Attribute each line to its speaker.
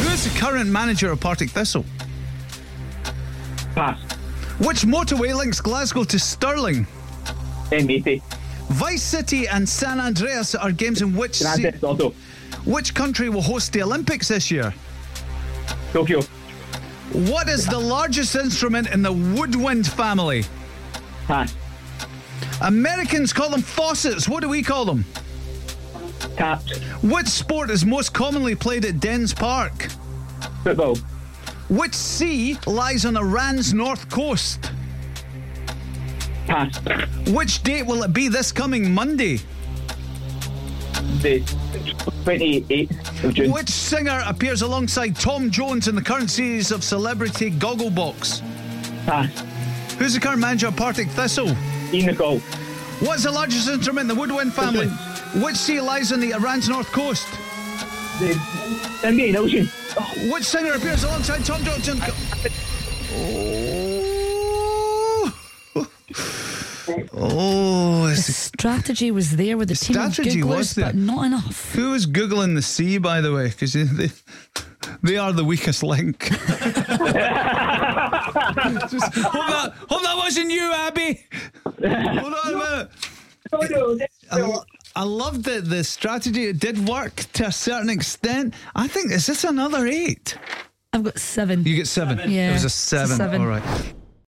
Speaker 1: Who's the current manager of Partick Thistle?
Speaker 2: Pass.
Speaker 1: Which motorway links Glasgow to Stirling?
Speaker 2: M80.
Speaker 1: Vice City and San Andreas are games in which
Speaker 2: Grand
Speaker 1: se-
Speaker 2: Theft Auto.
Speaker 1: which country will host the Olympics this year?
Speaker 2: Tokyo.
Speaker 1: What is the largest instrument in the woodwind family?
Speaker 2: Pass.
Speaker 1: Americans call them faucets. What do we call them?
Speaker 2: Tapped.
Speaker 1: Which sport is most commonly played at Dens Park?
Speaker 2: Football.
Speaker 1: Which sea lies on Iran's north coast?
Speaker 2: Pass.
Speaker 1: Which date will it be this coming Monday?
Speaker 2: The 28th of June.
Speaker 1: Which singer appears alongside Tom Jones in the current series of Celebrity Gogglebox?
Speaker 2: Pass.
Speaker 1: Who's the current manager of Partick Thistle?
Speaker 2: Ian Nicole.
Speaker 1: What's the largest instrument in the woodwind family? Which sea lies on the Iran's north coast?
Speaker 2: The Indian Ocean.
Speaker 1: Which singer appears alongside Tom Jones? in- Oh, oh
Speaker 3: The
Speaker 1: it's
Speaker 3: strategy was there with the, team of
Speaker 1: strategy
Speaker 3: Googlers,
Speaker 1: was there.
Speaker 3: but not enough.
Speaker 1: Who was googling the sea, by the way? Because they, they are the weakest link. Just- hold that, hold that wasn't you, Abby. Hold on a minute. I, lo- I love that the strategy it did work to a certain extent. I think is this another eight?
Speaker 3: I've got seven.
Speaker 1: You get seven.
Speaker 3: Yeah,
Speaker 1: it was a
Speaker 3: it's a
Speaker 1: seven.
Speaker 3: seven.
Speaker 1: All right.